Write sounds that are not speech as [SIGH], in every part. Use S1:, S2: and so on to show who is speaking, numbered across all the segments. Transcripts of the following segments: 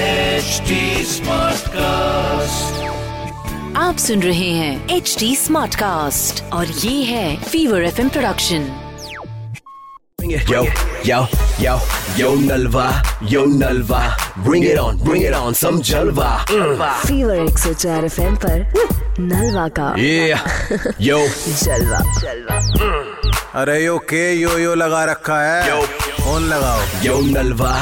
S1: HD Smartcast.
S2: आप सुन रहे हैं एच डी स्मार्ट कास्ट और ये है fever F production
S3: Yo, yo, yo, yo Nalva, yo Nalva, bring it on, bring it on, some Jalva. Mm.
S2: Fever एक सौ चार एफ एम नलवा का
S3: Yeah, yo,
S2: जलवा जलवा
S4: अरे यो के यो यो लगा रखा है
S3: Yo.
S4: फोन लगाओ
S3: yo Nalva.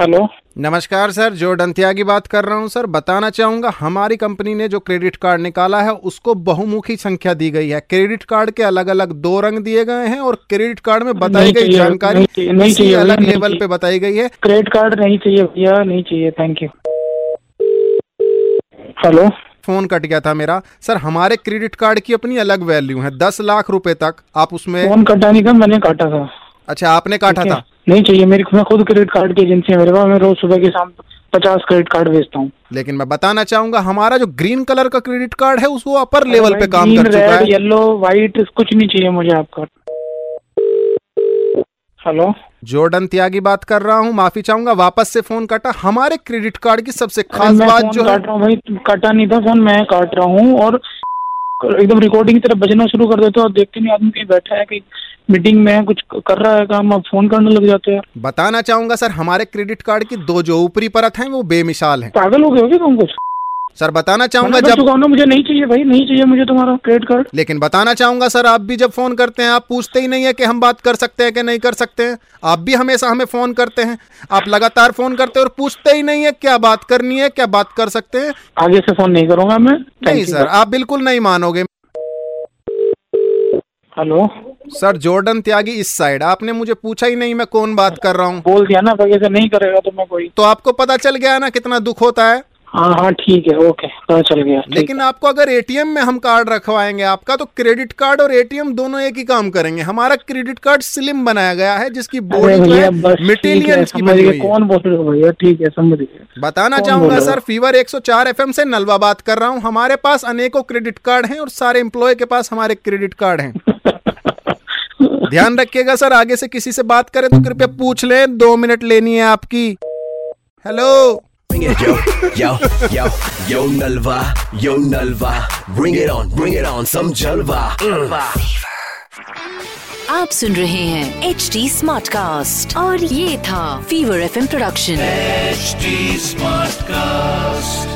S5: हेलो
S4: नमस्कार सर जो डंतियागी बात कर रहा हूँ सर बताना चाहूंगा हमारी कंपनी ने जो क्रेडिट कार्ड निकाला है उसको बहुमुखी संख्या दी गई है क्रेडिट कार्ड के अलग अलग दो रंग दिए गए हैं और क्रेडिट कार्ड में बताई
S5: नहीं
S4: गई
S5: चाहिए,
S4: जानकारी
S5: नहीं चाहिए, नहीं
S4: किसी
S5: चाहिए,
S4: अलग
S5: नहीं
S4: लेवल पे
S5: चाहिए।
S4: बताई गई है
S5: क्रेडिट कार्ड नहीं चाहिए भैया नहीं चाहिए thank you hello
S4: phone cut गया था मेरा सर हमारे क्रेडिट कार्ड की अपनी अलग वैल्यू है दस लाख रुपए तक आप उसमें
S5: फोन कटाने का मैंने काटा था
S4: अच्छा आपने काटा था
S5: नहीं चाहिए मेरे को मैं खुद क्रेडिट कार्ड की एजेंसी है मेरे पास मैं रोज सुबह के शाम पचास क्रेडिट कार्ड भेजता हूँ
S4: लेकिन मैं बताना चाहूंगा हमारा जो ग्रीन कलर का क्रेडिट कार्ड है उसको अपर लेवल पे काम कर चुका है
S5: रेड येलो व्हाइट कुछ नहीं चाहिए मुझे आपका हेलो
S4: जॉर्डन त्यागी बात कर रहा हूँ माफी चाहूंगा वापस से फोन काटा हमारे क्रेडिट कार्ड की सबसे खास
S5: मैं
S4: बात
S5: फोन
S4: जो है
S5: काट रहा हूँ भाई तुम काटा नहीं था फोन मैं काट रहा हूँ और एकदम रिकॉर्डिंग की तरफ बजना शुरू कर देते हो और देखते नहीं आदमी कहीं बैठा है कहीं मीटिंग में है कुछ कर रहा है काम अब फोन करने लग जाते हैं
S4: बताना चाहूंगा सर हमारे क्रेडिट कार्ड की दो जो ऊपरी परत हैं वो बेमिसाल हैं
S5: पागल हो गए हो क्या तुम कुछ
S4: सर बताना
S5: मना
S4: चाहूंगा
S5: कर
S4: जब
S5: चुका हूं ना मुझे नहीं चाहिए भाई नहीं चाहिए मुझे तुम्हारा क्रेडिट कार्ड
S4: लेकिन बताना चाहूंगा सर आप भी जब फोन करते हैं आप पूछते ही नहीं है कि हम बात कर सकते हैं कि नहीं कर सकते हैं आप भी हमेशा हमें फोन करते हैं आप लगातार फोन करते हैं और पूछते ही नहीं है क्या बात करनी है क्या बात कर सकते हैं
S5: आगे से फोन नहीं करूंगा मैं Thank
S4: नहीं
S5: you,
S4: सर आप बिल्कुल नहीं मानोगे
S5: sir. Hello
S4: sir Jordan Tyagi इस साइड आपने मुझे पूछा ही नहीं मैं कौन बात कर रहा हूँ
S5: बोल दिया ना भाई ऐसे नहीं करेगा तो मैं कोई
S4: तो आपको पता चल गया ना कितना दुख होता है
S5: हाँ हाँ ठीक है ओके पता चल गया ठीक
S4: लेकिन आपको अगर एटीएम में हम कार्ड रखवाएंगे आपका तो क्रेडिट कार्ड और एटीएम दोनों एक ही काम करेंगे हमारा क्रेडिट कार्ड स्लिम बनाया गया है जिसकी
S5: अरे
S4: बॉडी जो
S5: भैया
S4: तो है
S5: बस ठीक है
S4: मिटेलियंस की
S5: समझ
S4: बनी
S5: गए
S4: हुई है
S5: कौन बोल रहे हो भैया ठीक है समझ गए
S4: बताना
S5: कौन बोल
S4: चाहूंगा
S5: रहा है?
S4: सर फीवर 104 एफएम से नलवा बात कर रहा हूँ हमारे पास अनेकों क्रेडिट कार्ड हैं और सारे एम्प्लॉय के पास हमारे क्रेडिट
S5: [LAUGHS]
S4: कार्ड हैं ध्यान रखिएगा सर आगे से किसी से बात करें तो कृपया पूछ लें दो मिनट लेनी है आपकी hello
S3: Bring it, yo, yo, yo, yo Nalva, yo Nalva, bring it on, bring it on, some Jalva. Mm.
S2: आप सुन रहे हैं एच डी स्मार्ट कास्ट और ये था fever F production
S1: HD Smartcast.